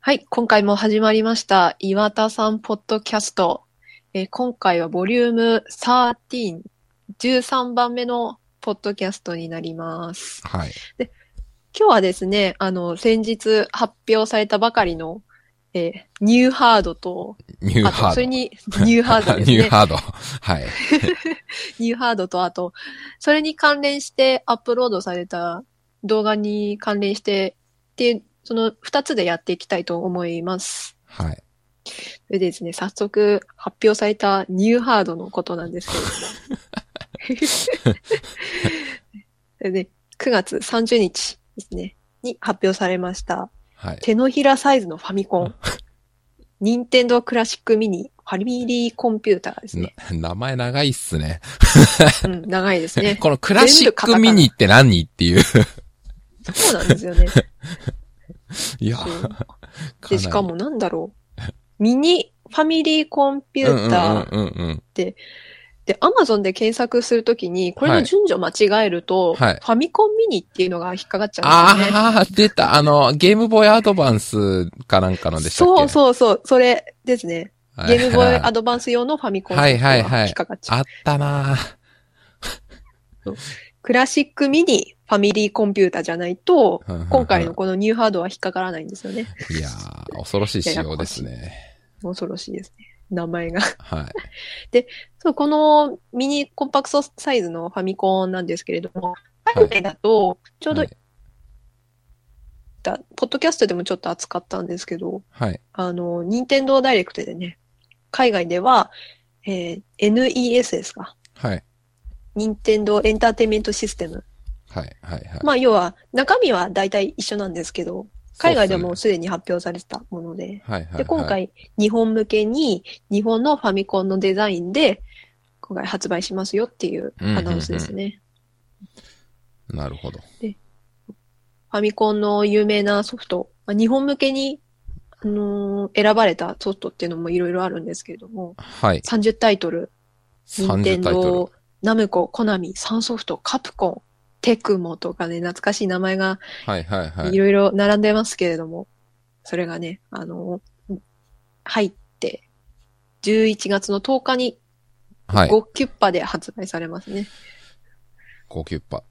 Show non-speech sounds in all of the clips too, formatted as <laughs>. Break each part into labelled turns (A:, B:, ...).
A: はい、今回も始まりました。岩田さんポッドキャスト。えー今回はボリューム13、13番目のポッドキャストになります。
B: はい。
A: 今日はですね、あの、先日発表されたばかりの、えーニューハードと、
B: ニュー
A: あ
B: ハ
A: と、
B: ード。
A: それに、 <laughs> ニューハードですね。
B: <laughs> ニューハード。はい。
A: ニューハードと、あと、それに関連してアップロードされた動画に関連して、で、その2つでやっていきたいと思います。
B: はい。
A: それでですね、早速発表されたニューハードのことなんですけれども。そ
B: <laughs>
A: れで、9月30日ですね、に発表されました。
B: はい。
A: 手のひらサイズのファミコン。任天堂クラシックミニファミリーコンピューターですね。
B: な名前長いっすね。。
A: うん、長いですね
B: <laughs> このクラシックミニって何っていう。
A: そうなんですよ
B: <laughs>
A: ね。
B: いや、
A: そ
B: か
A: う
B: なり
A: で、しかもなんだろう。ミニファミリーコンピューター。
B: うんうんうんうんうん。
A: で、アマゾンで検索するときに、これ
B: は
A: の
B: い
A: 順序間違えると、
B: はい
A: ファミコンミニっていうのが引っかかっちゃうんですよね。
B: あー、出た。あの、ゲームボーイアドバンスかなんかのでしたっけ
A: そうそうそう、それですね。
B: う
A: ゲームボーイア
B: あ
A: ドバンス用のファミコン
B: はいはいはい
A: が引っかかっちゃう。
B: あったなー
A: クラシックミニファミリーコンピュータじゃないと、
B: うんうんうん
A: 今回のこのニューハードは引っかからないんですよね。
B: いやー、恐ろしい仕様ですね。
A: 恐ろしいですね。名前が。 <laughs>
B: はい。
A: そう、このミニコンパクトサイズのファミコンなんですけれども、海外だと、ちょうど、
B: はい
A: ポッドキャストでもちょっと扱ったんですけど、
B: はい。
A: あの、任天堂ダイレクトでね、海外では、えー NES ですか。
B: はい。
A: 任天堂エンターテインメントシステム。
B: はい。はい。はい。
A: まあ、要は、中身は大体一緒なんですけど、海外でも
B: そ
A: すでに発表されてたもので。
B: うっすね、はいはいはい。
A: で、今回、日本向けに、日本のファミコンのデザインで、今回発売しますよっていうアナウンスですね。
B: なるほど。
A: ファミコンの有名なソフト、まあ、日本向けに、あのー選ばれたソフトっていうのもいろいろあるんですけれども、
B: はい。
A: 30タイトル、任天
B: 30タイト
A: 堂、ナムコ、コナミ、サンソフト、カプコン、テクモとかね、懐かしい名前が
B: ル。はいはいはいい。
A: ろいろ並んでますけれども、それがね、あのー入って、11月の10日に
B: はい。
A: 5キュッパで発売されますね。
B: 5キュッパ。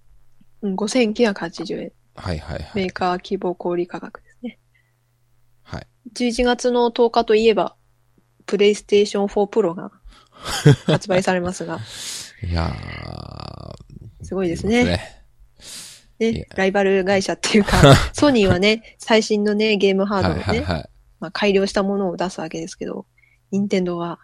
A: うん、5980円。
B: はいはいは
A: メ
B: い
A: ー。カー希望小売価格ですね。
B: はい。
A: 11月の10日といえば、プレイステーション4プロが発売されます
B: <laughs>
A: が、
B: いやー。
A: すごいです
B: いい
A: ね。
B: いや
A: ね、ライバル会社っていう
B: <laughs>
A: か、ソニーはね、最新のね、ゲームハード
B: は
A: を
B: い
A: ね、
B: はいはい。
A: まあ、改良したものを出すわけですけど、ニンテンドーは、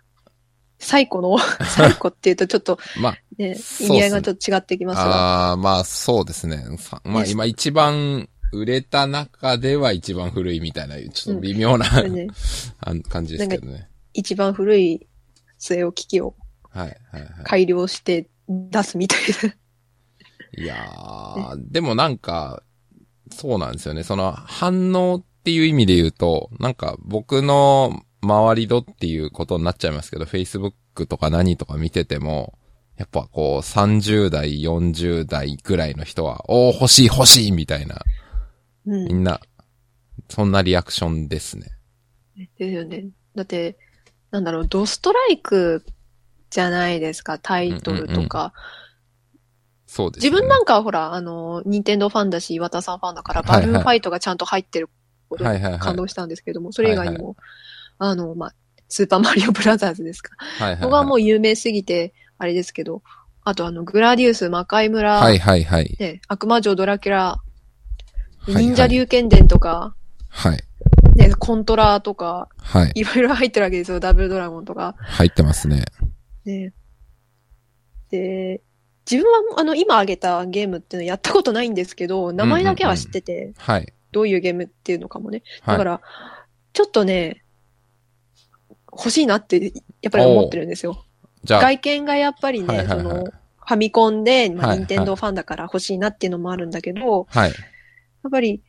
A: 最古
B: <laughs>
A: の、最古っていうとちょっと
B: まあ、
A: ね、
B: そうっす
A: 意
B: ね
A: 味合いがちょっと違ってきますが、
B: あーまあそうですね。さまあ
A: ね
B: 今一番売れた中では一番古いみたいな、ちょっと微妙な、
A: これね、
B: <laughs> あ感じですけどね。
A: 一番古い末置機器を
B: はいはいはい。
A: 改良して出すみたいな。
B: いやー、でもなんか、そうなんですよね。その反応っていう意味で言うと、なんか僕の周りのっていうことになっちゃいますけど、Facebook とか何とか見てても、やっぱこう30代、40代ぐらいの人は、おー欲しい欲しいみたいな、 <laughs>
A: うん
B: みんな、そんなリアクションですね。
A: ですよね。だって、なんだろう、ドストライクじゃないですか、タイトルとか。
B: そうです、ね。
A: 自分なんかはほら、あの、任天堂ファンだし、岩田さんファンだから、
B: は
A: バ
B: いはい
A: ルーンファイトがちゃんと入ってること
B: は
A: に
B: いはいは
A: 感
B: い。
A: 動したんですけども、それ以外にも、あの、まあ、スーパーマリオブラザーズですか。
B: はいはいはい。
A: 僕はもう有名すぎて、あれですけど、あとあの、グラディウス、魔界村、
B: はいはいはい。
A: ね、悪魔城ドラキュラ、
B: はいはい
A: 忍者竜剣伝とか、
B: はい。
A: ね、コントラとか、
B: はい。
A: いろいろ入ってるわけですよ、ダブルドラゴンとか。
B: 入ってますね。
A: ね。で、自分はあの今挙げたゲームっていうのやったことないんですけど、名前だけは知ってて、
B: はい。
A: どういうゲームっていうのかもね。
B: は
A: だ
B: い。
A: から、ちょっとね、欲しいなって、やっぱり思ってるんですよ。
B: じゃあ、
A: 外見がやっぱりね、
B: はいはいはい
A: その、ファミコンで、ま
B: は
A: あ、
B: いはい
A: 任天堂ファンだから欲しいなっていうのもあるんだけど、
B: はい。
A: やっぱり、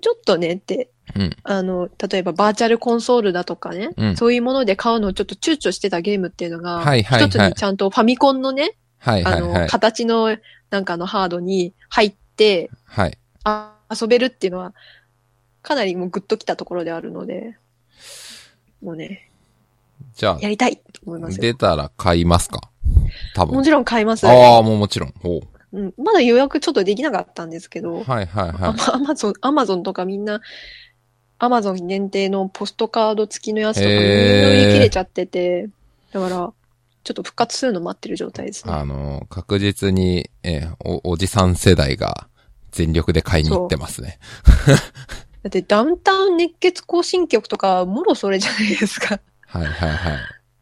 A: ちょっとねって、
B: うん
A: あの、例えばバーチャルコンソールだとかね、
B: うん
A: そういうもので買うのをちょっと躊躇してたゲームっていうのが、
B: はいはいはい
A: 一つにちゃんとファミコンのね、
B: はいはい
A: あ
B: は
A: の、
B: い。
A: 形のなんかのハードに入って
B: はい。
A: あ遊べるっていうのは、かなりもうグッときたところであるので、もうね、
B: じゃ
A: やりたいと思い
B: あ、
A: ますよ。
B: 出たら買いますか多分。
A: もちろん買います。
B: ああ、もうもちろん。ほう。
A: うん、まだ予約ちょっとできなかったんですけど、
B: はいはいは
A: ア
B: い。
A: マアマゾン、アマゾンとかみんな、アマゾン限定のポストカード付きのやつとかみんな
B: へー
A: 売り切れちゃってて、だから、ちょっと復活するの待ってる状態ですね。
B: あの、確実に、えーお、おじさん世代が全力で買いに行ってますね。
A: だってダウンタウン熱血行進曲とか、もろそれじゃないですか。
B: はいはいは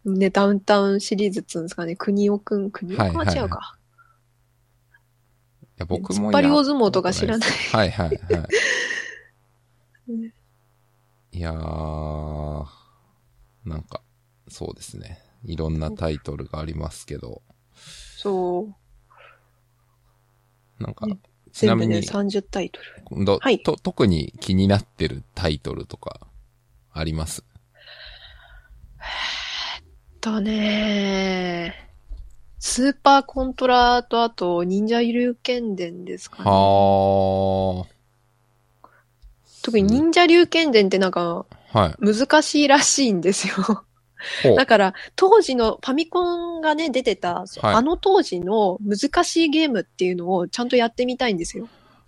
B: い。
A: ね、ダウンタウンシリーズっつうんですかね。国尾くん、国尾くん
B: は
A: はい
B: はいはい
A: 違うか。
B: いや、僕
A: 突
B: も
A: っ張り
B: や
A: 大相撲とか知らない。
B: はいはいは
A: ね
B: <laughs> い。いやー、なんか、そうですね。いろんなタイトルがありますけど、
A: そう。
B: なんか
A: ね、
B: ちな
A: 全
B: み
A: 部ね、
B: に、
A: 30タイトル。
B: ど
A: はい
B: と特に気になってるタイトルとか、あります
A: とねスーパーコントラとあと、忍者流剣伝ですかね。
B: はー。
A: 特に忍者流剣伝ってなんか
B: はい。
A: 難しいらしいんですよ。
B: ほう
A: だから当時のファミコンがね出てた、
B: はい
A: あの当時の難しいゲームっていうのをちゃんとやってみたいんですよ。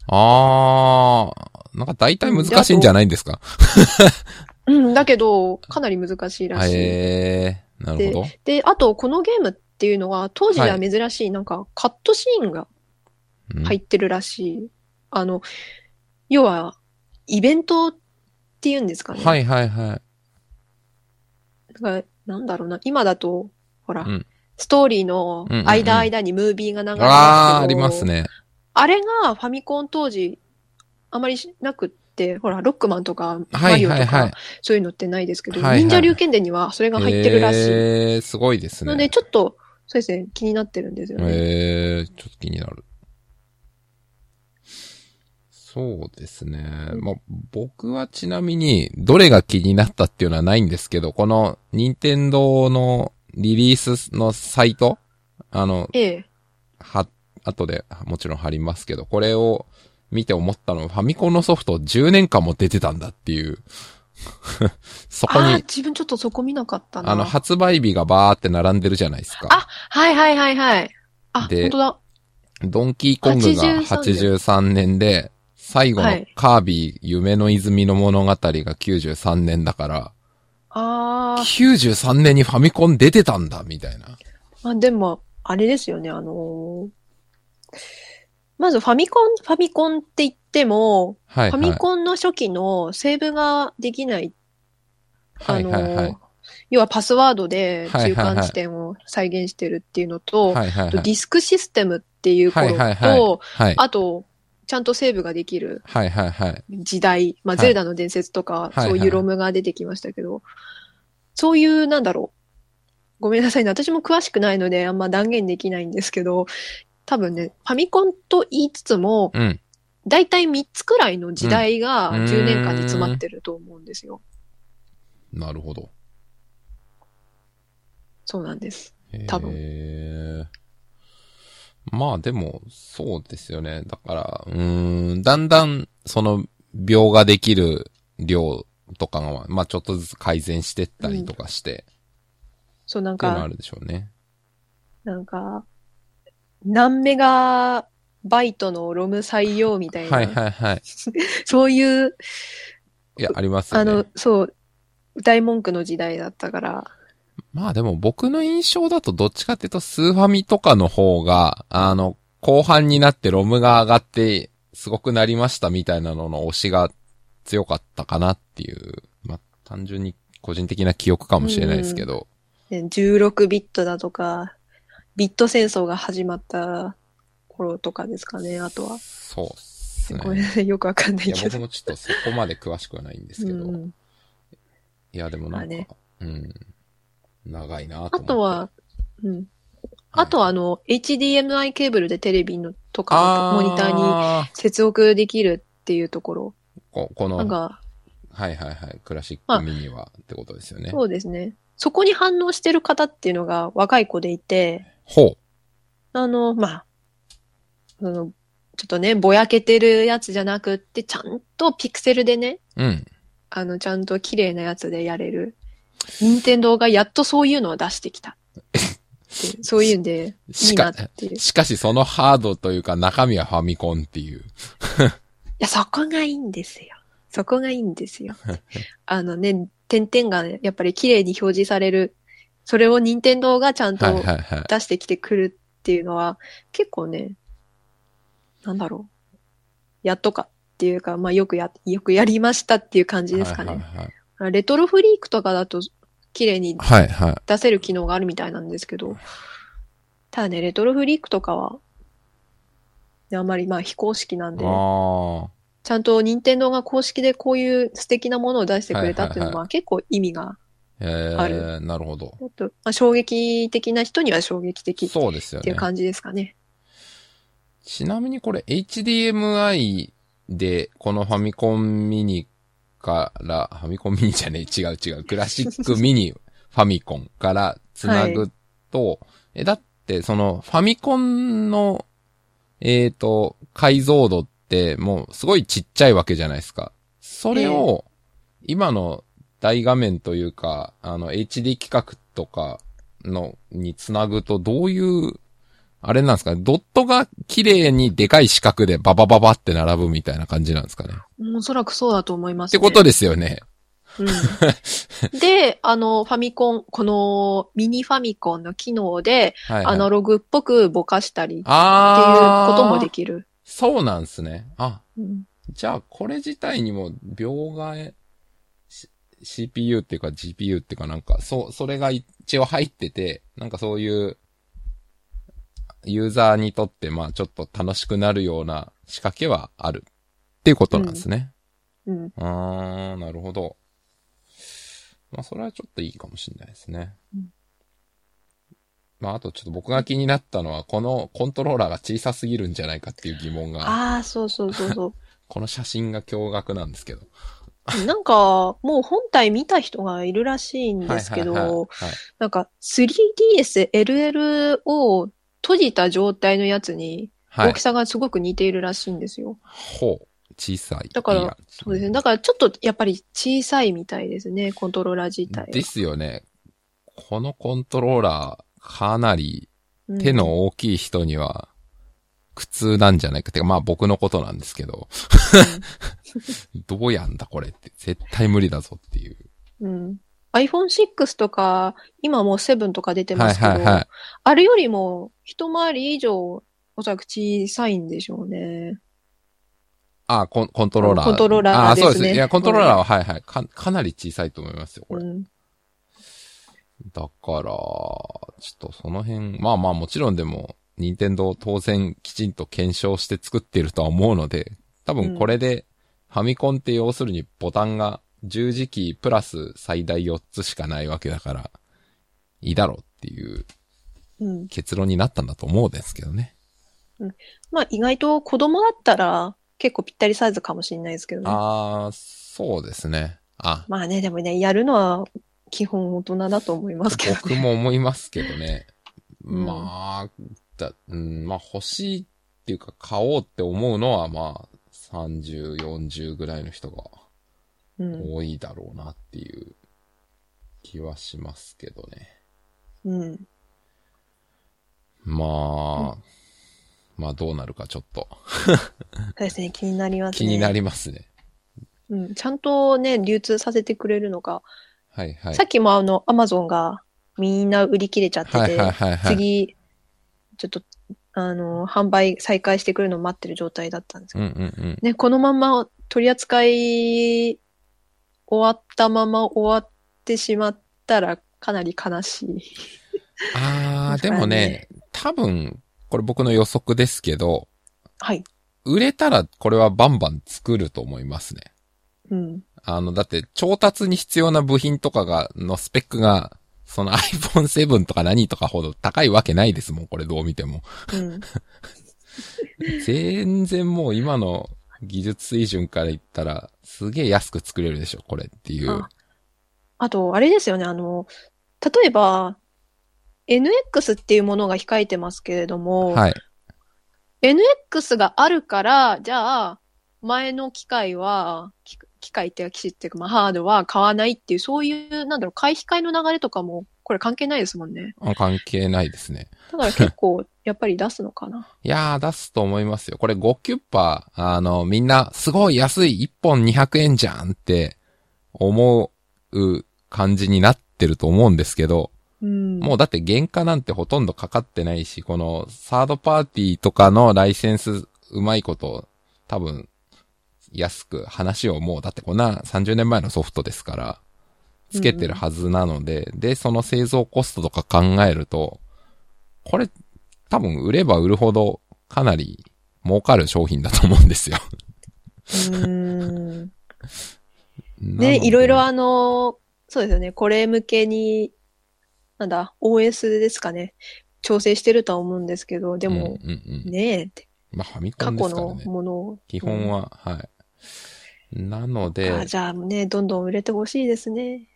B: あー、なんか大体難しいんじゃないんですか
A: うん、だけどかなり難しいらしい。
B: へー、なるほど。
A: で、あとこのゲームっていうのは当時では珍しいなんかカットシーンが
B: うん
A: 入っ。てるらしい。あの、要はイベントっていうんですかね。
B: はいはいはい。
A: がなんだろうな、今だと、ほら、
B: うん
A: ストーリーの
B: うんうんうん
A: 間間にムービーが流れてるんですけど
B: あー、あります。ね。
A: あれがファミコン当時、あまりしなくって、ほら、ロックマンとか、
B: は
A: マ
B: い
A: リオと
B: は
A: か、
B: いはい。
A: そういうのってないですけど、
B: はいはい
A: 忍者流剣伝にはそれが入ってるらしい。
B: えー、すごいですね。
A: ので、ちょっと、そうですね、気になってるんですよね。
B: ええちょっと気になる。そうですね。まあ、僕はちなみに、どれが気になったっていうのはないんですけど、この、任天堂のリリースのサイトあの、
A: ええ。
B: は、後でもちろん貼りますけど、これを見て思ったのは、ファミコンのソフト10年間も出てたんだっていう。 <laughs> そ
A: あ
B: こ
A: あー、
B: に、
A: 自分ちょっとそこ見なかったな。
B: あの、発売日がバーって並んでるじゃないですか。
A: あはいはいはいはい。あ、
B: で
A: 本当だ。
B: ドンキーコングが83年で、最後
A: は
B: の
A: い
B: カービィ夢の泉の物語が93年だから、
A: ああ、
B: 93年にファミコン出てたんだ、みたいな。
A: まあでも、あれですよね、あのーまずファミコン、ファミコンって言っても、
B: はい、はい。
A: ファミコンの初期のセーブができない、あ
B: はい
A: の
B: はいはい
A: ー、要はパスワードで
B: はい
A: 中
B: はいは
A: 間
B: い
A: 地点を再現してるっていうのと、
B: はいはい
A: あ
B: は
A: と
B: い。
A: ディスクシステムっていう
B: は
A: 頃
B: いはいはい。
A: と、
B: はい。
A: あと、ちゃんとセーブができる
B: はいはいはい。
A: 時代、まあ、
B: はい
A: ゼルダの伝説とか、
B: いはい
A: そういうロムが出てきましたけど、そういう、なんだろう。ごめんなさいね。私も詳しくないので、あんま断言できないんですけど、多分ね、ファミコンと言いつつも、
B: うん。
A: だいたい3つくらいの時代が
B: うん
A: 10年間で詰まってると思うんですよ。
B: なるほど。
A: そうなんです。多
B: 多
A: 分
B: 分。まあでも、そうですよね。だから、うーん、だんだん、その、病ができる量とかが、まあちょっとずつ改善してったりとかして、
A: そう、なん
B: っていうのはあ
A: か、
B: るでしょうね。
A: なんか、何メガバイトのロム採用みたいな、
B: はいはいはい。
A: そういう、
B: いや、あります
A: あ
B: よね
A: の。、そう、歌い文句の時代だったから、
B: まあでも僕の印象だとどっちかっていうとスーファミとかの方が、あの、後半になってロムが上がって、すごくなりましたみたいなのの推しが強かったかなっていう、まあ単純に個人的な記憶かもしれないですけど、
A: ね16ビットだとか、ビット戦争が始まった頃とかですかね、あとは。
B: そうっす
A: ごめん
B: ね。
A: なさい、よくわかんない
B: いや、
A: け
B: 僕
A: ど。
B: もちょっとそこまで詳しくはないんですけど、
A: う
B: い
A: ん
B: や、でもなんか、
A: まあね
B: うん、長いなと思って
A: あとは、、うん。あとは、あの、HDMI ケーブルでテレビのとか、モニターに
B: ーに、
A: 接続できるっていうところ。
B: ここの、
A: なんか、
B: はいはいはい、クラシックミニはってことですよね。
A: そうですね。そこに反応してる方っていうのが若い子でいて、
B: ほう。
A: あの、まあ、その、ちょっとね、ぼやけてるやつじゃなくって、ちゃんとピクセルでね、
B: うん。
A: あの、ちゃんと綺麗なやつでやれる。任天堂がやっとそういうのを出してき
B: <laughs>
A: た。ってそういうんで、い
B: し
A: いな
B: か
A: っ、ていう。い
B: しかしそのハードというか中身はファミコンっていう。
A: や、そこがいいんですよ。そこがいいんです
B: <laughs>
A: よ。あのね、点々がねやっぱり綺麗に表示される。それを任天堂がちゃん
B: はいはい
A: と
B: はい。
A: 出してきてくるっていうのは、結構ね、なんだろう。やっとかっていうか、まあよくや、よくやりましたっていう感じですかね。
B: はい
A: レトロフリークとかだと綺麗に
B: はいはい。はいはい
A: 出せる機能があるみたいなんですけど、ただね、レトロフリークとかは、ねあんまりまあ非公式なんで、
B: あ
A: ちゃんと任天堂が公式でこういう素敵なものを出してくれたっていう
B: はい
A: の
B: はい
A: は結構意味が、
B: あ。え
A: あ
B: ー、
A: る
B: なるほど。
A: ちょっとまあ、衝撃的な人には衝撃的っ
B: そうですよ
A: てい
B: ね
A: う。感じですかね。
B: ちなみにこれ HDMI でこのファミコンミニから、ファミコンミニじゃねえ、違う違う、クラシックミニファミコンからつなぐと、え、だってそのファミコンの、えっ、と、解像度ってもうすごいちっちゃいわけじゃないですか。それを今の大画面というか、あの HD 規格とかのにつなぐとどういうあれなんですかねドットが綺麗にでかい四角でババババって並ぶみたいな感じなんですかねっ
A: おそらくそうだと思います、
B: てことですよね。 <laughs>
A: うん、で、あの、ファミコン、このミニファミコンの機能で、
B: はい、はい。
A: アナログっぽくぼかしたりっていう
B: あー
A: こともできる。
B: そうなんですね。あ、
A: うん
B: じゃあこれ自体にも描画、し CPU っていうか GPU っていうかなんか、そう、それが一応入ってて、なんかそういう、ユーザーにとってまあちょっと楽しくなるような仕掛けはあるっていうことなんですね。
A: うん
B: あー、なるほど。まあ、それはちょっといいかもしれないですね。
A: うん
B: まあ、あとちょっと僕が気になったのは、このコントローラーが小さすぎるんじゃないかっていう疑問が、
A: ああ、そうそうそうそ
B: この写真が驚愕なんですけど。
A: う。 <laughs> なんか、もう本体見た人がいるらしいんですけ
B: はいはいはい
A: ど、なんか 3DSLL を閉じた状態のやつに
B: はい。は
A: 大
B: い
A: き。さがすごく似ているらしいんですよ。
B: ほう。小さい。
A: だから
B: いや
A: そうですね。だからちょっとやっぱり小さいみたいですね、コントローラー自体は
B: ですよね。このコントローラー、かなり
A: うん
B: 手の大きい人には、苦痛なんじゃないか。てか、まあ僕のことなんですけど、 <laughs> どうやんだこれって。絶対無理だぞっていう。
A: うん。iPhone6 とか、今もう7とか出てますけど、
B: はいはいはい。
A: あれよりも一回り以上、おそらく小さいんでしょうね。
B: あ、コンコントローラー。
A: コントローラー
B: あ、
A: ですね
B: そうですね。いや、コントローラーは、はいはい。か、かなり小さいと思いますよ、こ
A: う
B: れ。だ
A: ん。
B: から、ちょっとその辺、まあまあもちろんでも、任天堂当然きちんと検証して作ってるとは思うので、多分これで、ファミコンって要するにボタンが十字キープラス最大4つしかないわけだから、いいだろうっていう
A: うん。
B: 結論になったんだと思うんですけどね。
A: まあ意外と子供だったら結構ぴったりサイズかもしれないですけどね。
B: あー、そうですね。あ、
A: まあね、でもね、やるのは基本大人だと思いますけどね。
B: 僕も思いますけどね。
A: うん
B: まあ、だ、うん、まあ欲しいっていうか買おうって思うのはまあ30、40ぐらいの人が
A: うん。
B: 多いだろうなっていう気はしますけどね。
A: うん。
B: まあ、まあどうなるかちょっと
A: そうですね、気になりますね。
B: 気になりますね。
A: うん。ちゃんとね、流通させてくれるのか。
B: はいはい
A: さ。っきもあの、アマゾンがみんな売り切れちゃってて、
B: はいはいはいはい。
A: 次、ちょっと、あの、販売再開してくるのを待ってる状態だったんですけ
B: うん
A: ど、
B: うんうん。
A: ね、このまま取り扱い終わったまま終わってしまったらかなり悲しい。
B: あー、でもね、多分、これ僕の予測ですけど、
A: はい。
B: 売れたらこれはバンバン作ると思いますね。
A: うん。
B: あの、だって、調達に必要な部品とかが、のスペックが、その <laughs> iPhone7 とか何とかほど高いわけないですもん、これどう見て
A: <laughs>
B: も。
A: うん。
B: 全然もう今の技術水準から言ったら、すげえ安く作れるでしょ、これっていう。
A: ああと、あれですよね、あの、例えば、NX っていうものが控えてますけれども、
B: はい。
A: NX があるから、じゃあ、前の機械は、機機械っていうか機種っていうか、まあ、ハードは買わないっていう、そういう、なんだろう、買い控えの流れとかも、これ関係ないですもんね。
B: あ関係ないですね。
A: だから結構、やっぱり出すのかな。
B: いやー、出すと思いますよ。これ5キュッパー、あの、みんな、すごい安い、1本200円じゃんって、思う感じになってると思うんですけど、
A: うん。
B: もうだって原価なんてほとんどかかってないし、このサードパーティーとかのライセンスうまいこと、多分、安く話をもう、だってこんな30年前のソフトですから、つけてるはずなので、で、その製造コストとか考えると、これ、多分売れば売るほど、かなり儲かる商品だと思うんですよ。
A: うん。
B: なの
A: <laughs> ね、
B: で
A: いろいろあの、そうですよね、これ向けに、なんだ、OS ですかね、調整してるとは思うんですけど、でも、
B: うんうんうん、
A: ねえって、
B: まあ、ファミコ
A: 過
B: ンで
A: 去
B: すから
A: の
B: ね。
A: ものを。
B: 基本は、はい。なので、
A: あじゃあね、どんどん売れてほしいですね。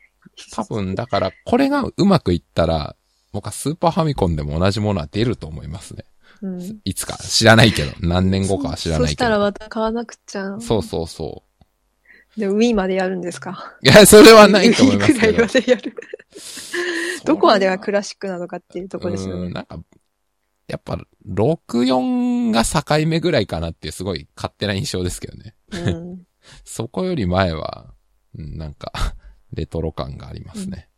B: 多分、だから、これがうまくいったら、僕はスーパーファミコンでも同じものは出ると思いますね。
A: うん。
B: いつか、知らないけど、何年後かは知ら
A: そ
B: な
A: そ
B: い
A: し
B: け
A: たら
B: ど。
A: また買わなくちゃ。
B: そうそうそ
A: で、Wii までやるんですか。
B: う。いや、それはないと思います
A: Wii く <laughs> らい
B: け
A: ま
B: ど。
A: でやる。どこまでがク
B: る
A: ラシックなのかっていうとこですよね。
B: なんか、やっぱ、64が境目ぐらいかなっていうすごい勝手な印象ですけどね。
A: うん。
B: そこより前は、うんなんか、 <laughs> レトロ感がありますね。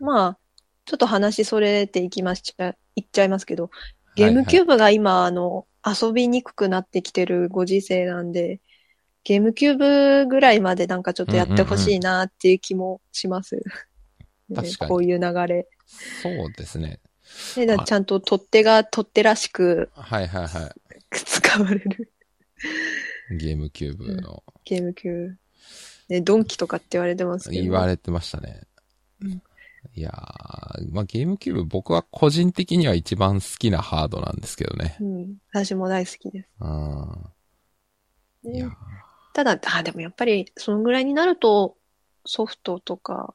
A: まあ、ちょっと話それていきましちゃ、いっちゃいますけど、ゲームキ
B: ュ
A: ュ
B: ー
A: ーブが今、あの、遊びにくくなってきてるご時世なんで、ゲームキューブぐらいまでなんかちょっとやってほしいなっていう気もします。ね
B: <laughs> 確かに
A: こういう流れ。
B: そうですね。
A: ねだからちゃんと取っ手が取っ手らしく
B: はいはいは
A: 使われる <laughs>
B: い。ゲームキューブの。
A: ゲームキューブ。ね、ドンキとかって言われてますけど。
B: 言われてましたね
A: うん。
B: いやー、まあ、ゲームキューブ僕は個人的には一番好きなハードなんですけどね。
A: うん。私も大好きです。
B: うん。いや
A: ね、ただ、あ、でもやっぱり、そのぐらいになると、ソフトとか、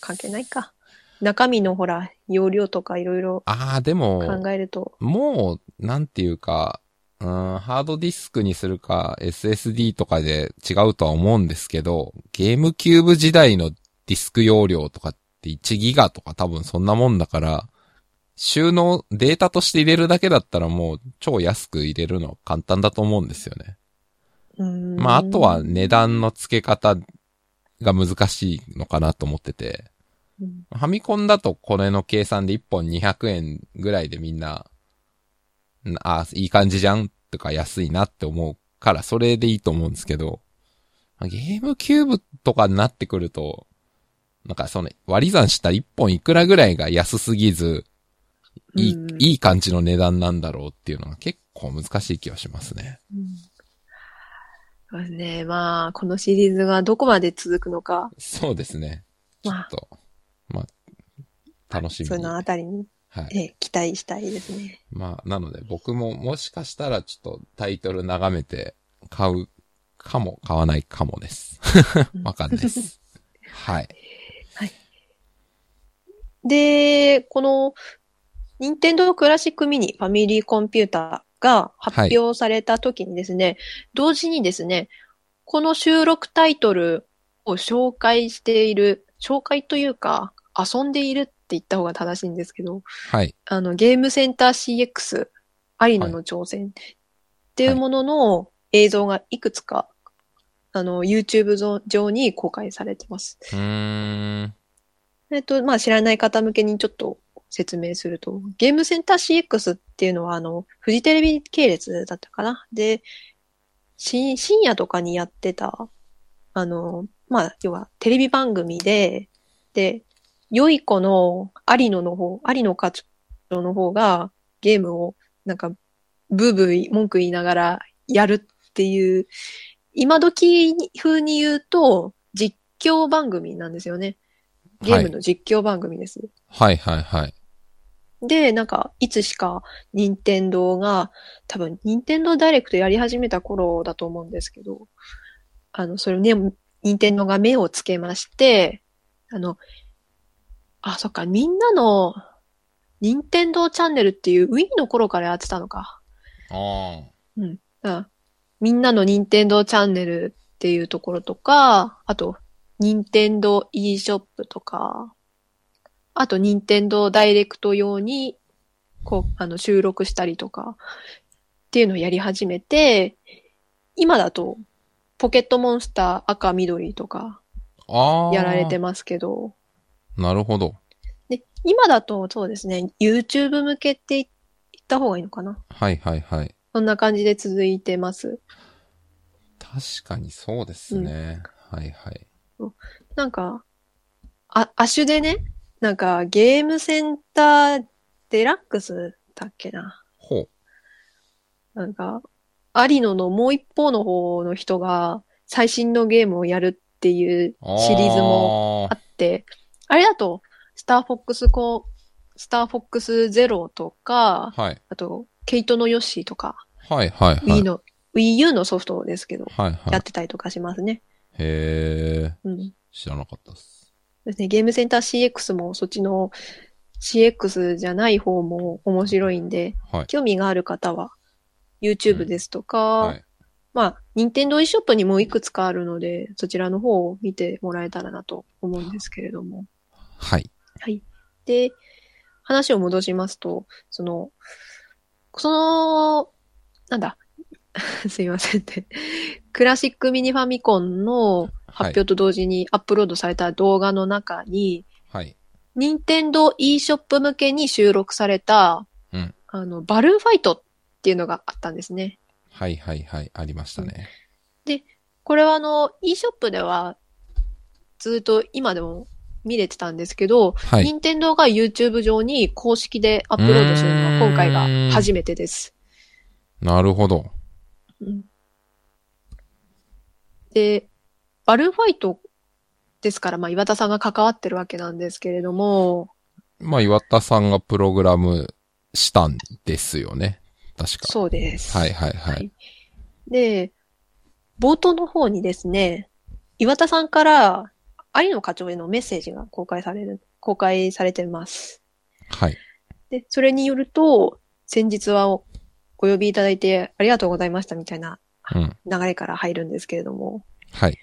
A: 関係ないか。中身のほら、容量とかいろいろ
B: あー、でも
A: 考、えると、
B: もう、なんていうか、うん、ハードディスクにするか SSD とかで違うとは思うんですけど、ゲームキューブ時代のディスク容量とかって1ギガとか多分そんなもんだから、収納、データとして入れるだけだったらもう超安く入れるの簡単だと思うんですよね。ま
A: ま
B: あ、あとは値。段の付け方が難しいのかなと思ってて、
A: うん
B: ファミコンだとこれの計算で1本200円ぐらいでみんな、んあ、いい感じじゃんとか安いなって思うから、それでいいと思うんですけど、ゲームキューブとかになってくると、なんかその割り算した1本いくらぐらいが安すぎず、いい、
A: うん
B: いい感じの値段なんだろうっていうのが結構難しい気はしますね。
A: うんそうですね。まあ、このシリーズがどこまで続くのか、
B: そうですね。ちょ
A: まあ
B: っと、まあ、楽しみ
A: そういう
B: に。
A: の
B: は
A: あたりに、
B: い。
A: ええ期待したいですね。
B: まあ、なので僕ももしかしたらちょっとタイトル眺めて買うかも、買わないかもです。わかんないです。
A: <laughs>
B: はい。
A: で、この、任天堂クラシックミニファミリーコンピューターが発表された時にですね、同時にですね、この収録タイトルを紹介している、紹介というか、遊んでいるって言った方が正しいんですけど、
B: はい。
A: あの、ゲームセンター CX、アリノの挑戦っていうものの映像がいくつか、あの、YouTube ぞ上に公開されてます。
B: うーん。
A: えっと、まあ、知らない方向けにちょっと説明すると、ゲームセンター CX っていうのは、あの、フジテレビ系列だったかな。で、し深夜とかにやってた、あの、まあ、要はテレビ番組で、で、良い子の有野の方、有野課長の方がゲームをなんかブーブー文句言いながらやるっていう、今時風に言うと実況番組なんですよね。ゲームの実況番組です。
B: はいはいはい。
A: で、なんか、いつしか、任天堂が、多分、任天堂ダイレクトやり始めた頃だと思うんですけど、あの、それをね、任天堂が目をつけまして、あの、あ、そっか、みんなの任天堂チャンネルっていう Wii の頃からやってたのか。
B: あ
A: うん。みんなの任天堂チャンネルっていうところとか、あと、任天堂 e ショップとか、あと、任天堂ダイレクト用に、こう、あの、収録したりとか、っていうのをやり始めて、今だと、ポケットモンスター赤緑とか、
B: あ。ああ。
A: やられてますけど、
B: なるほど。
A: で、今だとそうですね、YouTube 向けって言った方がいいのかな。
B: はいはいはい。
A: そんな感じで続いてます。
B: 確かにそうですね。はいはい。
A: なんか、あ、アシュでね、なんかゲームセンターデラックスだっけな。
B: ほう。
A: なんか、アリノのもう一方の方の人が最新のゲームをやるっていう
B: あ
A: シリーズもあって、あれだと、スターフォックスこう、スターフォックスゼロとか、
B: はい。
A: あと、ケイトのヨッシーとか、
B: はいはいはい。
A: Wii の、Wii U のソフトですけど、
B: はいは
A: や
B: い
A: っ。てたりとかしますね。
B: へえ。
A: うん。
B: 知らなかったっす。
A: ですね。ゲームセンター CX もそっちの CX じゃない方も面白いんで、
B: はい。
A: 興味がある方は YouTube ですとか、
B: はい。
A: まあ、Nintendo eShop にもいくつかあるので、そちらの方を見てもらえたらなと思うんですけれども。
B: はい。
A: で、話を戻しますと、その、その、なんだ、 <laughs> すいませんって、クラシックミニファミコンの発表と同時にアップロードされた動画の中に、
B: はい。
A: 任天堂 e ショップ向けに収録された、
B: うん
A: あの、バルーンファイトっていうのがあったんですね。
B: はいはいはい。ありましたね。
A: これはあの、e ショップではずっと今でも見れてたんですけど、
B: はい。
A: 任天堂が YouTube 上に公式でアップロードするのは今回が初めてです。
B: なるほど。
A: うんで、バルーンファイトですから、まあ岩田さんが関わってるわけなんですけれども、
B: まあ、岩田さんがプログラムしたんですよね。確か。
A: そうです。
B: はいはいはい。
A: で、冒頭の方にですね、岩田さんから有野課長へのメッセージが公開される、公開されてます。
B: はい。
A: で、それによると、先日はおお呼びいただいてありがとうございましたみたいな
B: うん。
A: 流れから入るんですけれども、
B: はい。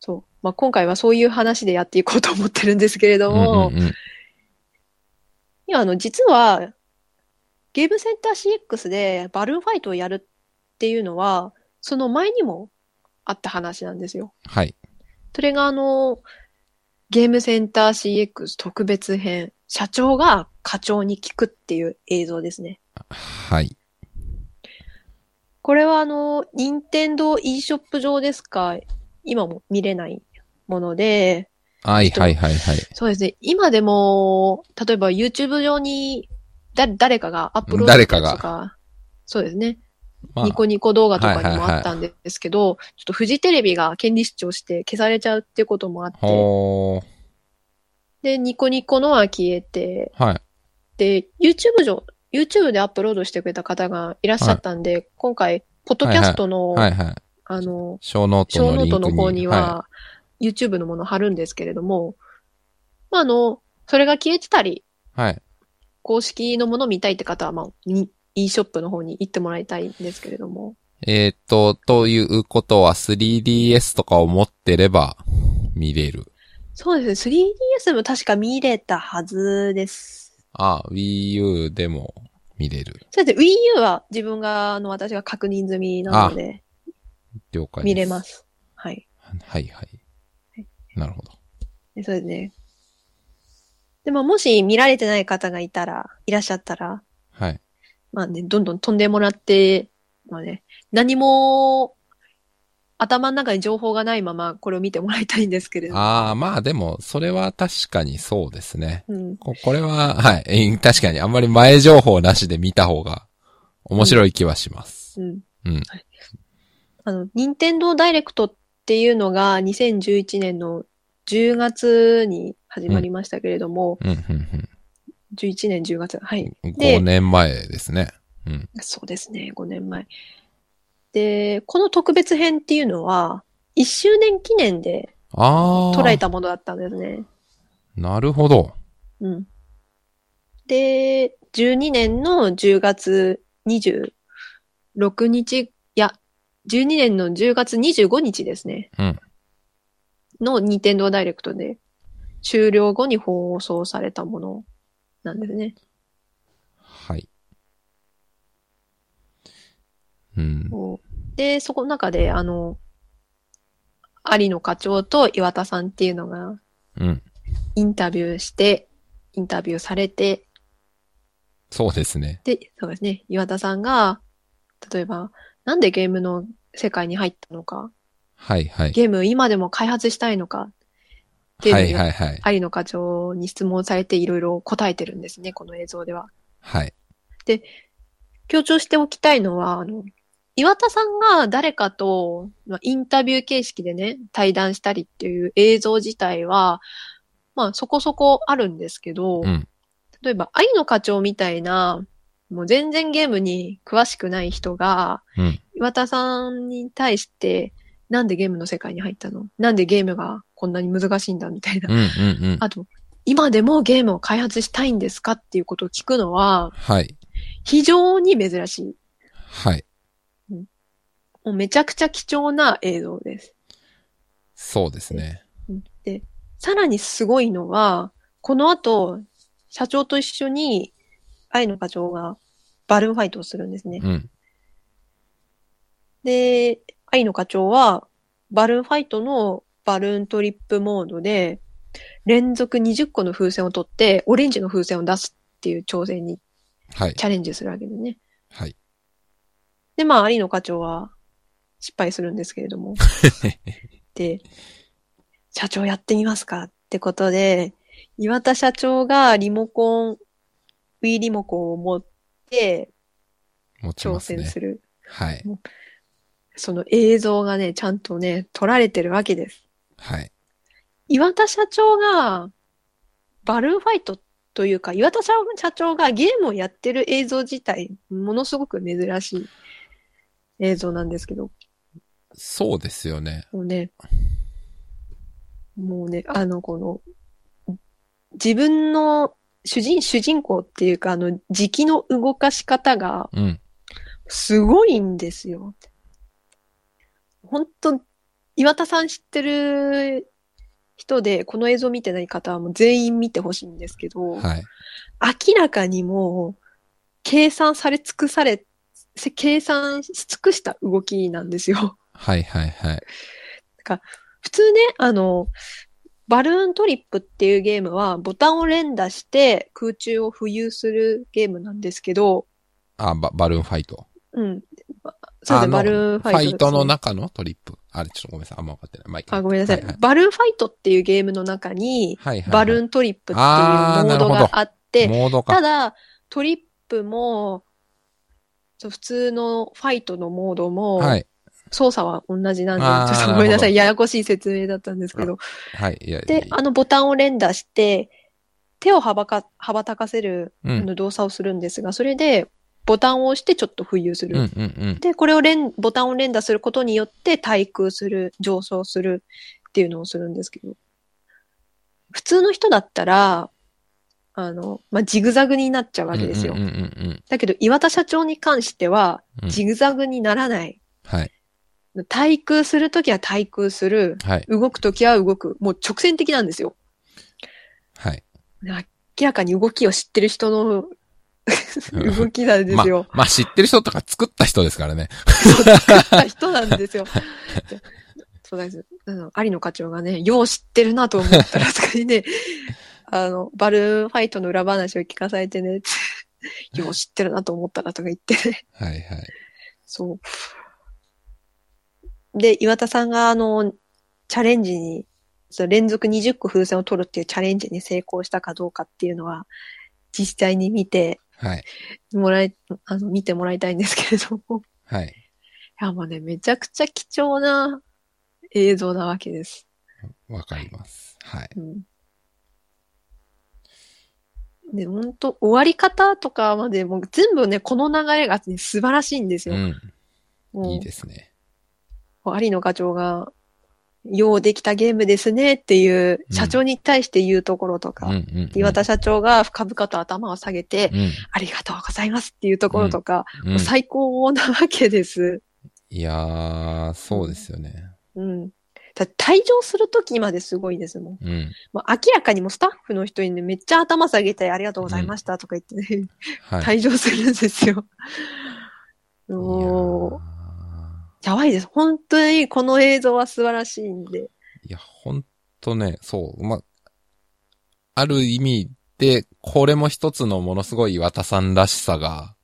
A: そう。まあ、今回はそういう話でやっていこうと思ってるんですけれど
B: うん
A: も、
B: うんうん。
A: いや、あの、実は、ゲームセンター CX でバルーンファイトをやるっていうのは、その前にもあった話なんですよ。
B: はい。
A: それがあの、ゲームセンター CX 特別編、社長が課長に聞くっていう映像ですね。
B: はい。
A: これはあの、任天堂 e ショップ上ですか、今も見れないもので、
B: はいはいはいはい。
A: そうですね、今でも、例えば YouTube 上にだ誰かがアップロード
B: 誰
A: した
B: か
A: や
B: が
A: つが、そうですね、
B: ま
A: ニコニコ動画とか
B: はい
A: に
B: は
A: も
B: いはい
A: あったんですけど、ちょっとフジテレビが権利主張して消されちゃうってこともあって、
B: ほ
A: で、ニコニコのは消えて、
B: ー。はい。
A: で、YouTube 上、YouTube でアップロードしてくれた方がいらっしゃったんで、今回、ポッドキャストの、
B: はいはい。
A: あの、
B: 小ノー
A: ショ
B: ト
A: ー
B: の
A: ノー
B: リン
A: ト
B: ク
A: の方に
B: い
A: は、YouTube のもの貼るんですけれども、まあ、あの、それが消えてたり、
B: はい。
A: 公式のもの見たいって方は、まあ、に e ショップの方に行ってもらいたいんですけれども、
B: えーっと、ということは 3DS とかを持ってれば見れる。
A: そうですね、3DS も確か見れたはずです。
B: あ、Wii U でも見れる。
A: そうですね、Wii U は自分が、あの、私が確認済みなので、
B: 了解で
A: 見
B: す。。
A: れますす。はい。
B: はいはい。なるほど。
A: でそうですね。でも、もし見られてない方がいたら、いらっしゃったら、
B: はい。
A: まあね、どんどん飛んでもらって、まあね、何も頭の中に情報がないままこれを見てもらいたいんですけれども。
B: ああ、まあでも、それは確かにそうですね。
A: うん、
B: ここれは、はいえー。確かにあんまり前情報なしで見た方が面白い気はします。
A: うん。
B: うん
A: はいあの、任天堂ダイレクトっていうのが2011年の10月に始まりましたけれども、
B: うん、うん、
A: 11年10月、はい。
B: うん。
A: で
B: 5年前ですね。うん。
A: そうですね、5年前。で、この特別編っていうのは、1周年記念で
B: ああ。
A: 捉えたものだったんですね。
B: なるほど。
A: うん。で、12年の10月26日、いや、12年の10月25日ですね。
B: うん
A: の任天堂ダイレクトで終了後に放送されたものなんですね。
B: はい。うん。
A: こうで、そこの中で、あの、有野課長と岩田さんっていうのが
B: うん。
A: インタビューして、インタビューされて、
B: そうですね。
A: で、そうですね、岩田さんが、例えば、なんでゲームの世界に入ったのか、
B: はいはい。
A: ゲームを今でも開発したいのか、って
B: はいいうは
A: の
B: いはい。
A: を、有野課長に質問されていろいろ答えてるんですね、この映像では。
B: はい。
A: 強調しておきたいのは、あの、岩田さんが誰かと、まあ、インタビュー形式でね、対談したりっていう映像自体は、まあそこそこあるんですけど、
B: うん
A: 例えば、愛の課長みたいな、もう全然ゲームに詳しくない人が、
B: うん
A: 岩田さんに対して、なんでゲームの世界に入ったのなんでゲームがこんなに難しいんだみたいな。
B: うんうんうん。
A: あと、今でもゲームを開発したいんですかっていうことを聞くのは、
B: はい。
A: 非常に珍しい。
B: はい。
A: もうめちゃくちゃ貴重な映像です。
B: そうですね。
A: で、さらにすごいのは、この後、社長と一緒に、愛の課長がバルーンファイトをするんですね。
B: うん。
A: で、愛の課長は、バルーンファイトのバルーントリップモードで、連続20個の風船を取って、オレンジの風船を出すっていう挑戦に
B: はい。
A: チャレンジするわけですね。
B: はい。
A: で、まあ、有野課長は失敗するんですけれども。で、社長やってみますかってことで、岩田社長がリモコン、Wii リモコンを持って
B: 持ち
A: 挑
B: ます
A: 戦
B: ね
A: す。る、
B: はい。
A: その映像がね、ちゃんとね、撮られてるわけです。
B: はい。
A: 岩田社長が、バルーンファイトというか、岩田社長がゲームをやってる映像自体、ものすごく珍しい映像なんですけど、
B: そうですよね。
A: もうね、もうね、あの、この、自分の主人、主人公っていうか、あの、時期の動かし方が
B: うん。
A: すごいんですよ。本当岩田さん知ってる人で、この映像見てない方はもう全員見てほしいんですけど、
B: はい。
A: 明らかにもう、計算され尽くされ、計算し尽くした動きなんですよ。
B: はいはいはい。
A: 普通ね、あの、バルーントリップっていうゲームはボタンを連打して空中を浮遊するゲームなんですけど、
B: あ、ババルーンファイト。
A: うん。ばそうで
B: あ
A: す
B: の
A: バルーンファイトですね、
B: の中のトリップ。あれ、ちょっとごめんなさい。あんま分かってない。まあいいか
A: あ、ごめんなさい,、
B: はいはい
A: バルーンファイトっていうゲームの中に、
B: はいはい。
A: バルー
B: ンっ
A: ントリップっていうモ
B: あー
A: ード
B: なるほ
A: が
B: ど
A: あって、
B: モード
A: た
B: か。
A: だ、トリップも、そう普通のファイトのモードも、
B: はい。
A: 操作は同じな
B: あ
A: んで、
B: ー
A: ちょっとごめんなさ
B: なるほど
A: い、ややこしい説明だったんですけど、
B: はい。いや、い
A: で
B: い、
A: あのボタンを連打して、手をはばか、羽ばたかせる、
B: う
A: あ
B: ん。
A: の動作をするんですが、それで、ボタンを押してちょっと浮遊す
B: うんう
A: る。
B: んうん。
A: で、これを連、ボタンを連打することによって、対空する、上昇するっていうのをするんですけど、普通の人だったら、あの、まあ、ジグザグになっちゃうわけですよ。
B: うんうんうん
A: だけど、岩田社長に関しては、
B: うん。
A: ジグザグにならない。
B: はい。
A: 対空するときは対空する。
B: はい。
A: 動くときは動く。もう直線的なんですよ。
B: はい。
A: 明らかに動きを知ってる人の動きなんで
B: ます
A: よ。
B: まあ、知ってる人とか作った人ですからね。
A: <laughs> 人なんですよ。でそうです。あの、有野課長がね、よう知ってるなと思ったら、そこにね、 <laughs> あの、バルーンファイトの裏話を聞かされてね、 <laughs> よう知ってるなと思ったらとか言ってね。
B: はいはい。
A: そう。で、岩田さんがあの、チャレンジに、その連続20個風船を取るっていうチャレンジに成功したかどうかっていうのは、実際に見て、
B: はい。
A: もらい、あの、見てもらいたいんですけれども。 <laughs>
B: はい。
A: いや、もうね、めちゃくちゃ貴重な映像なわけです。
B: わかります。はい。
A: うん。で、ほんと、終わり方とかまで、もう全部ね、この流れが、ね、素晴らしいんです
B: う
A: よ。
B: ん。
A: もう
B: いいですね。
A: 有野課長が、ようできたゲームですねっていう社長に対して言うところとか、
B: うんうんうん。
A: 岩田社長が深々と頭を下げて、
B: うん。
A: ありがとうございますっていうところとか、
B: うん
A: もう最高なわけです。
B: いやー、そうですよね。
A: うん。だ退場するときまですごいですもん。
B: うん。
A: もう明らかにもうスタッフの人にね、めっちゃ頭下げてありがとうございましたとか言ってね、
B: はい。
A: <laughs> 退場するんですよ。
B: いや
A: もう、
B: ー
A: やばいです。本当にこの映像は素晴らしいんで。
B: いや、ほんとね、そう、ま、ある意味で、これも一つのものすごい岩田さんらしさが、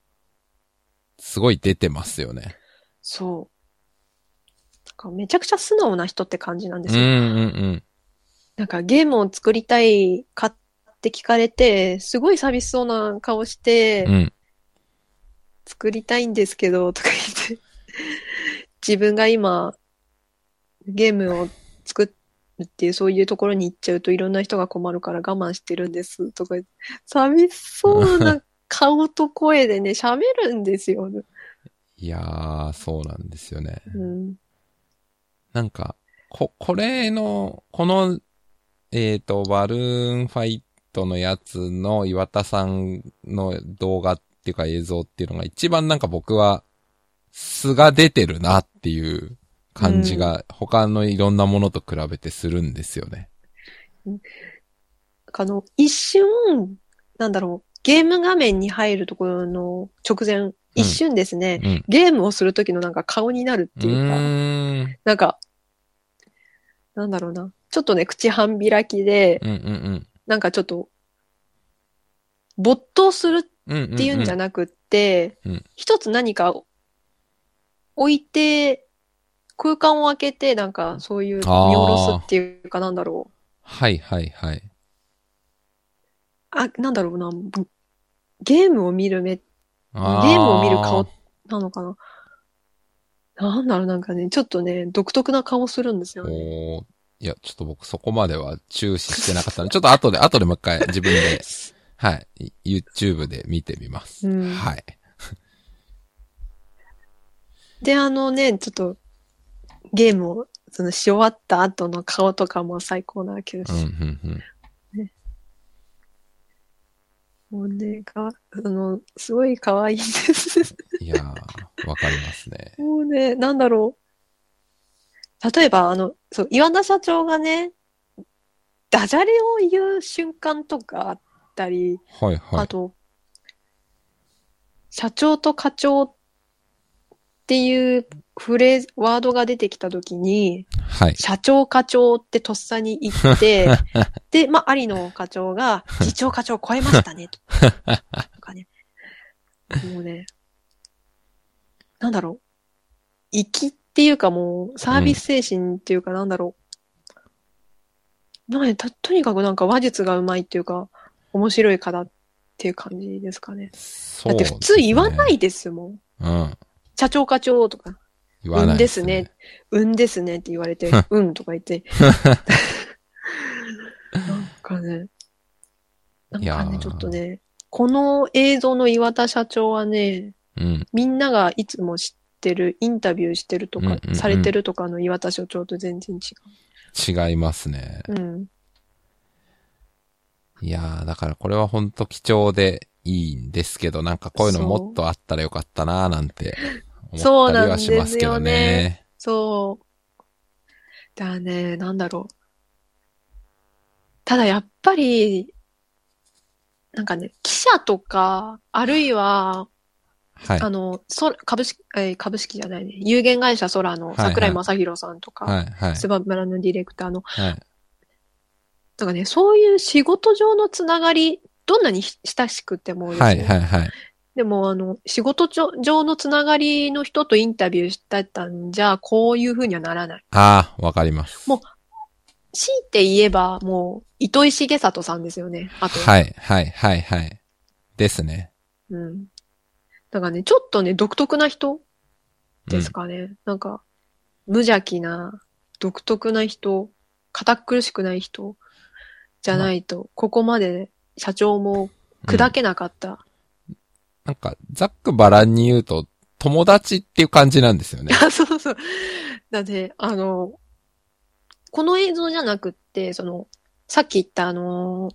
B: すごい出てますよね。
A: そう。なんかめちゃくちゃ素直な人って感じなんで
B: うん
A: す
B: う
A: よ。
B: ん
A: なんかゲームを作りたいかって聞かれて、すごい寂しそうな顔して
B: うん。う、ん。
A: 作りたいんですけど、 <laughs> とか言って、自分が今、ゲームを作るっていう、そういうところに行っちゃうといろんな人が困るから我慢してるんです、とか言って、寂しそう
B: <laughs>
A: な顔と声でね、喋るんですよ。
B: いやー、そうなんですよね。
A: うん。
B: なんか、こ、これの、この、えっ、と、バルーンファイトのやつの岩田さんの動画っていうか映像っていうのが一番なんか僕は素が出てるなっていう感じが他のいろんなものと比べてするんですよね。
A: なんかあの、一瞬、なんだろう、ゲーム画面に入るところの直前、一瞬ですね、
B: うん。
A: ゲームをするときのなんか顔になるっていうか、
B: ーん。
A: なんか、なんだろうな。ちょっとね、口半開きで、
B: うんうん
A: なんかちょっと、没頭する
B: うん。うん。
A: っていうんじゃ
B: な
A: なくって、
B: うんうん
A: 一つ何か置いて、空間を開けて、なんかそういう見
B: あー
A: 下ろすっていうかなんだろう。
B: はいはいはい。
A: あ、なんだろうな。ゲームを見る目、ゲ
B: あ
A: ームを見る顔なのかな。なんだろう、なんかね、ちょっとね、独特な顔するんですよね。
B: おーいや、ちょっと僕そこまでは注視してなかったので、ちょっと後で、後でもう一回自
A: <laughs>
B: 分で、はい、い YouTube で見てみます。
A: うん
B: はい。
A: で、あのね、ちょっと、ゲームを、その、し終わった後の顔とかも最高なわけで
B: う
A: す。
B: ん、うん、うん。
A: もうね、かわ、あの、すごい可愛いです。 <laughs>
B: いやー、わかりますね。
A: もうね、なんだろう。例えば、あの、そう、岩田社長がね、ダジャレを言う瞬間とかあったり、
B: はい、は
A: あと、社長と課長っていうフレーズ、ワードが出てきたときに、
B: い。はい。
A: 社長課長ってとっさに言 <laughs> って、で、まあ、有野課長 <laughs> が、次長課長超えましたね、と。とかね。もうね、なんだろう。粋っていうかもう、サービス精神っていうかなんだろう。なんかねた、とにかくなんか話術がうまいっていうか、面白い方っていう感じですかね。
B: そ
A: だ
B: う、
A: って普通言わな。いですもん。
B: うん。
A: 社長課長とか、
B: 言わない、
A: うんで。うんですねって言われて、うんとか言
B: <laughs>
A: って、なんかね、なん
B: いや
A: かね、
B: ー
A: ちょっとね、この映像の岩田社長はね、
B: うん。
A: みんながいつも知ってる、インタビューしてると
B: うん
A: か
B: うん、うん
A: されてるとかの岩田社長と全然違
B: 違いますね。
A: う。うん。
B: いやー、だからこれはほんと貴重でいいんですけど、なんかこういうの
A: そう
B: もっとあったらよかったなーなんて思
A: そ
B: っ
A: う
B: た
A: なん
B: りは
A: です
B: し
A: よね
B: ますけどね。
A: そう。だね、なんだろう。ただやっぱり、なんかね、記者とか、あるいは、
B: はい。
A: あの、そ株式、えー株式じゃないね。有限会社空の桜井
B: はいはい
A: 正宏さんとか、
B: はい、はい。
A: スバブラのディレクターの、
B: はい。
A: なんかね、そういう仕事上のつながり、どんなにひ親しくてもですね、
B: はい、はい、はい。
A: でも、あの、仕事上上のつながりの人とインタビューしたったんじゃ、こういうふうにはならない。
B: ああ、わかります。
A: もう強いて言えば、もう、糸井重里さんですよね。あと。
B: はい、はい、はい、はい。ですね。
A: うん。だからね、ちょっとね、独特な人
B: うん
A: ですかね。なんか、無邪気な、独特な人、堅苦しくない人じゃないと、ここまで社長も砕けなかった。
B: なんか、ざっくばらんに言うと、
A: <laughs>
B: 友達っていう感じなんですよね。
A: そうそう。だって、あの、この映像じゃなくって、その、さっき言ったあのー、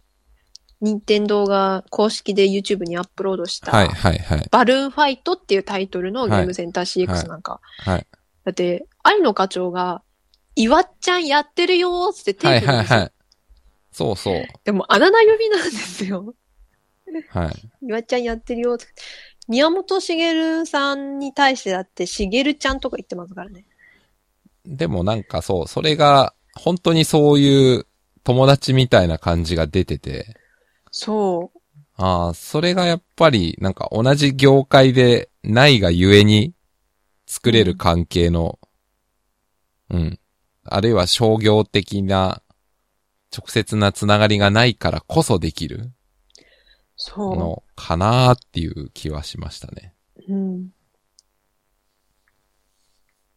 A: 任天堂が公式で YouTube にアップロードした、
B: はいはいはい。
A: バルーンファイトっていうタイトルのゲームセンター
B: はい
A: CX なんか、
B: はい。
A: だって、有野課長が、岩っちゃんやってるよーっつって手
B: は
A: 振る
B: い
A: んですよ
B: はいはい。そうそう。
A: でも、あだ名呼びなんですよ。
B: はい。
A: <laughs> 岩っちゃんやってるよーって。宮本茂さんに対してだって、茂ちゃんとか言ってますからね。
B: でもなんかそう、それが、本当にそういう友達みたいな感じが出てて、
A: そう。
B: ああ、それがやっぱり、なんか同じ業界でないがゆえに作れる関係の、うん。あるいは商業的な直接なつながりがないからこそできる
A: そ
B: のかなーっていう気はしましたね。
A: う。うん。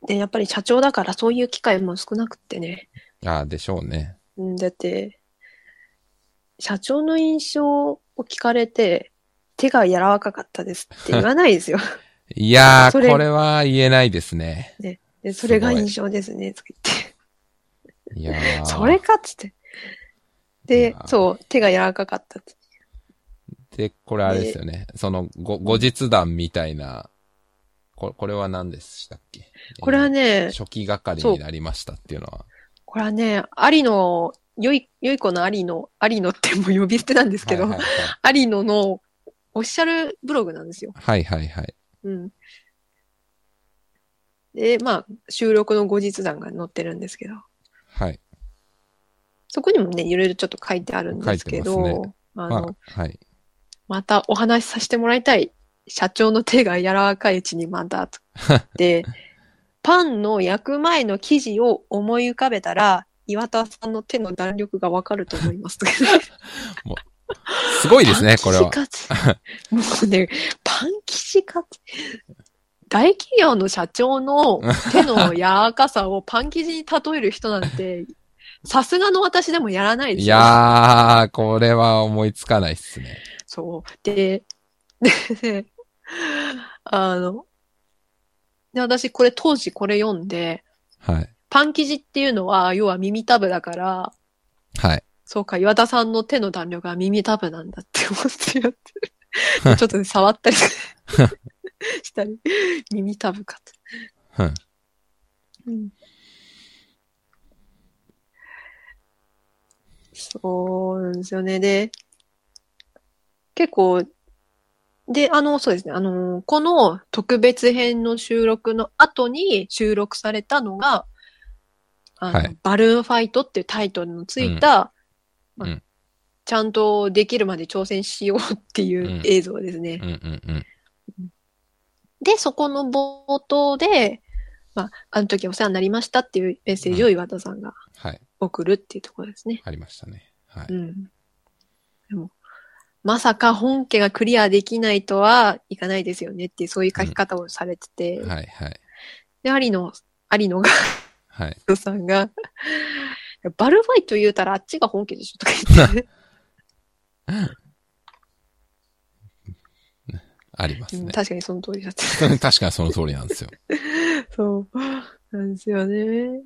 A: で、やっぱり社長だからそういう機会も少なくってね。
B: ああ、でしょうね。
A: うん、だって、社長の印象を聞かれて、手が柔らかかったですって言わない
B: <laughs>
A: ですよ。
B: いや
A: そ
B: ー、
A: れ
B: これは言えないですね。
A: で、それが印象ですね、とか言って。
B: いやー。
A: それかっつって。
B: い
A: で
B: や、ー
A: そう、手が柔らかかったって。
B: で、これあれですよね。その、ご、後日談みたいな、ここれは何でしたっけ
A: これはね、 <laughs>
B: 初期係になりましたっていうのは。
A: これはね、アリの、よい、よい子のアリの、アリのってもう呼び捨てなんですけど、
B: はいはいはい
A: アリノのオフィシャルブログなんですよ。
B: はいはいはい。
A: うん。で、まあ、収録の後日談が載ってるんですけど、
B: はい。
A: そこにもね、いろいろちょっと書いてあるんですけ
B: 書いて
A: ど、あの、
B: まあ、はい。
A: またお話しさせてもらいたい。社長の手が柔らかいうちにまた、と。
B: <laughs>
A: で、パンの焼く前の生地を思い浮かべたら、岩田さんの手の弾力がわかると思います。とか言って
B: す <laughs> ごいですね、これは
A: パ。ン生地かつもうね、パン生地かつ大企業の社長の手の柔らかさをパン生地に例える人なんて、さすがの私でもやらないです
B: い
A: よ
B: やー、これは思いつかないっすね。
A: そう。で、 <laughs> で、あの、で、私これ当時これ読んで、
B: はい。
A: パン生地っていうのは、要は耳たぶだから、
B: はい。
A: そうか、岩田さんの手の弾力は耳たぶなんだって思ってやってる。でちょっとね、触ったりしたり、耳たぶかと。
B: うん
A: うんそうなんですよね。で、結構、で、あの、そうですね。あの、この特別編の収録の後に収録されたのが、あの
B: はい
A: バルーンファイトっていうタイトルのついた、
B: うん
A: まあ
B: うん
A: ちゃんとできるまで挑戦しようっていう映像ですね。
B: うんうんうん。
A: で、そこの冒頭で、まあ、あの時お世話になりましたっていうメッセージを岩田さんが
B: はい。
A: 送るっていうところですね。
B: ありましたね。は
A: う
B: い。
A: ん。でも、まさか本家がクリアできないとはいかないですよねっていう、そういう書き方をされてて、
B: はいはい。
A: で、有野、有野が、
B: はい。
A: さんが、 <laughs> バルファイト言うたらあっちが本家でしょとか言っ
B: <laughs>
A: て、
B: あります
A: うん
B: ね。
A: 確かにその通りだった。
B: <laughs> 確かにその通りなんですよ。
A: そう。 <laughs> なんですよね。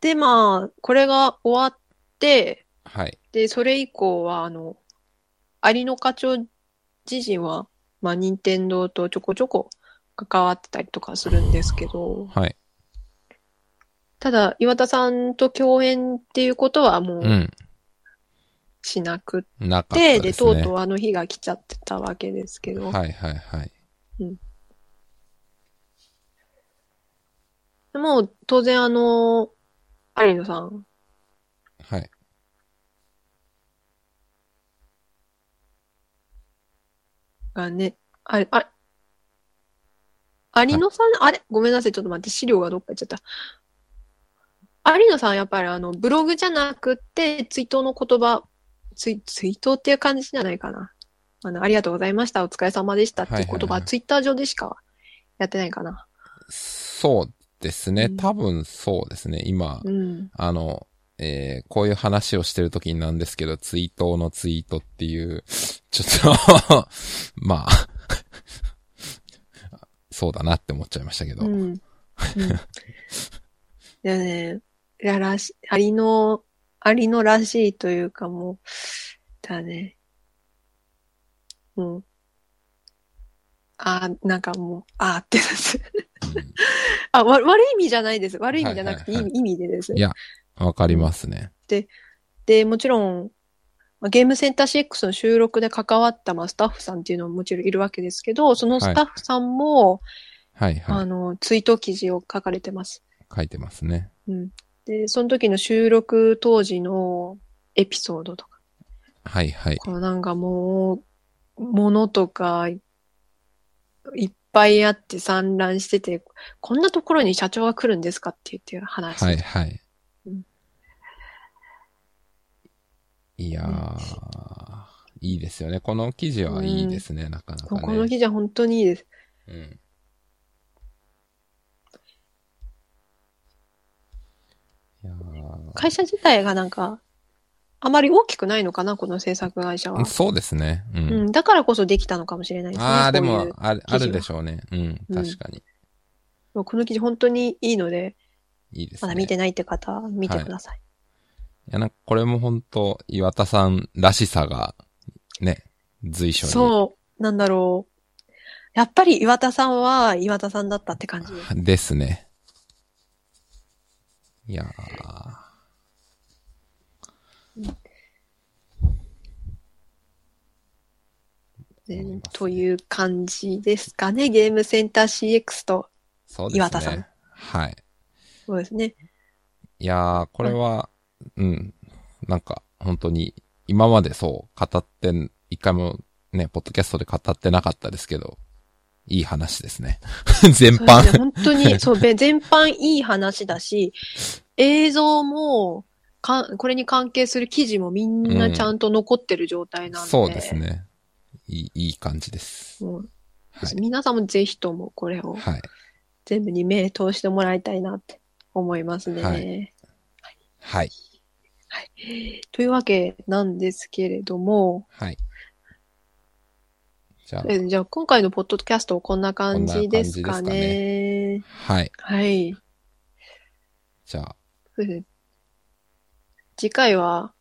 A: で、まあ、これが終わって、
B: はい。
A: で、それ以降は、あの、有野課長自身は、まあ、任天堂とちょこちょこ関わってたりとかするんですけど、
B: はい。
A: ただ、岩田さんと共演っていうことはも
B: う。
A: うんしなくっ
B: なかった
A: て、
B: ですね。
A: で、とうとうあの日が来ちゃってたわけですけど、
B: はいはいはい。
A: もう当然あの、有野さん、
B: はい。
A: がね、あれ、あ、有野さん、あれ、ごめんなさい、ちょっと待って、資料がどっか行っちゃった。有野さん、やっぱりあの、ブログじゃなくて、追悼の言葉、追、追悼っていう感じじゃないかな。あの、ありがとうございました、お疲れ様でしたっていう言葉、
B: はいはいはい
A: ツイッター上でしかやってないかな。
B: そうですね。
A: うん
B: 多分そうですね。今、
A: うん。
B: あの、えーこういう話をしてるときになんですけど、ツイートのツイートっていう、 <laughs> ちょっと、 <laughs> まあ、 <laughs> そうだなって思っちゃいましたけど。
A: うん。うんいやね、いやらし、ありの、ありのらしいというかもう、だね。もう、あー、なんかもう、あーってなって。 <laughs> あ、わ、悪い意味じゃないです。悪い意味じゃなくて、
B: はいはいは
A: 意味意味でです
B: い。やわかりますね。
A: で、もちろん、まあゲームセンター CX の収録で関わった、まあ、スタッフさんっていうのももちろんいるわけですけど、そのスタッフさんも、
B: はいは
A: あの、ツイート記事を書かれてます。
B: い。書いてますね。
A: うん。で、その時の収録当時のエピソードとか、
B: はいはい。
A: こうなんかもう、ものとか、いっぱいあって散乱してて、こんなところに社長が来るんですかって言って話。
B: はいはい
A: うん。
B: いやー、いいですよね。この記事はいいですね、なかなか
A: こ
B: ね。
A: の記事は本当にいいです。
B: うん。いやー
A: 会社自体がなんか、あまり大きくないのかな、この制作会社は。
B: そうですね。うん。
A: うん、だからこそできたのかもしれないですね。
B: ああ、で
A: こうい
B: も
A: う
B: ある、
A: 記事
B: あ
A: は
B: るでしょうね。うん、
A: うん
B: 確かに。
A: もうこの記事本当にいいので、
B: いいです
A: ま
B: ね。
A: だ見
B: い
A: てないって方、見てください。
B: や、なんかこれも本当岩田さんらしさが、ね、随所に。
A: そう、なんだろう。やっぱり岩田さんは岩田さんだったって感じ。
B: ですね。いやー
A: ね
B: 思いますね
A: という感じですかね。ゲームセンター CX と。
B: そうですね。
A: 岩田さん
B: はい。
A: そうですね。
B: いやー、これは、うん。なんか、本当に、今までそう、語ってん、一回もね、ポッドキャストで語ってなかったですけど、いい話です
A: <laughs>
B: ね。全
A: そうです
B: 般。
A: ね本当
B: <laughs>
A: に、そう、べ全般いい話だし、映像も、かこれに関係する記事もみんなちゃんと残ってる状態なんで。
B: そうですね。いい、いい感じです。
A: もう
B: はい。
A: 皆さんもぜひともこれを
B: はい。
A: 全部に目通してもらいたいなって思いますね。
B: ははい。
A: というわけなんですけれども、
B: はい。じゃあ、
A: えじゃあ今回のポッドキャストはこんな感じですか
B: こんな感じ
A: ね。
B: はい。
A: はい。
B: じゃあ、
A: そうですね次回は、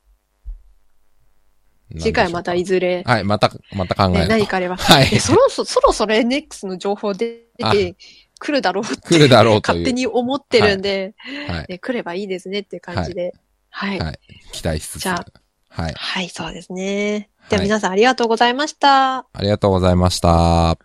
B: 何でしょうか
A: 次回またいずれ、
B: はい、また、また考え
A: ね
B: る
A: 何かあれば。
B: はい。
A: えそろそろ、そろそろ NX の情報出てくるだろうって、
B: 来るだろうという。
A: 勝手に思ってるんで、
B: はい。
A: ね、来ればいいですねっていう感じで。はい。
B: は
A: はい
B: い。期待しつつ。
A: じゃあ
B: はい。
A: はい、そうですね。で
B: は
A: はい皆さんありがとうございました。
B: ありがとうございました。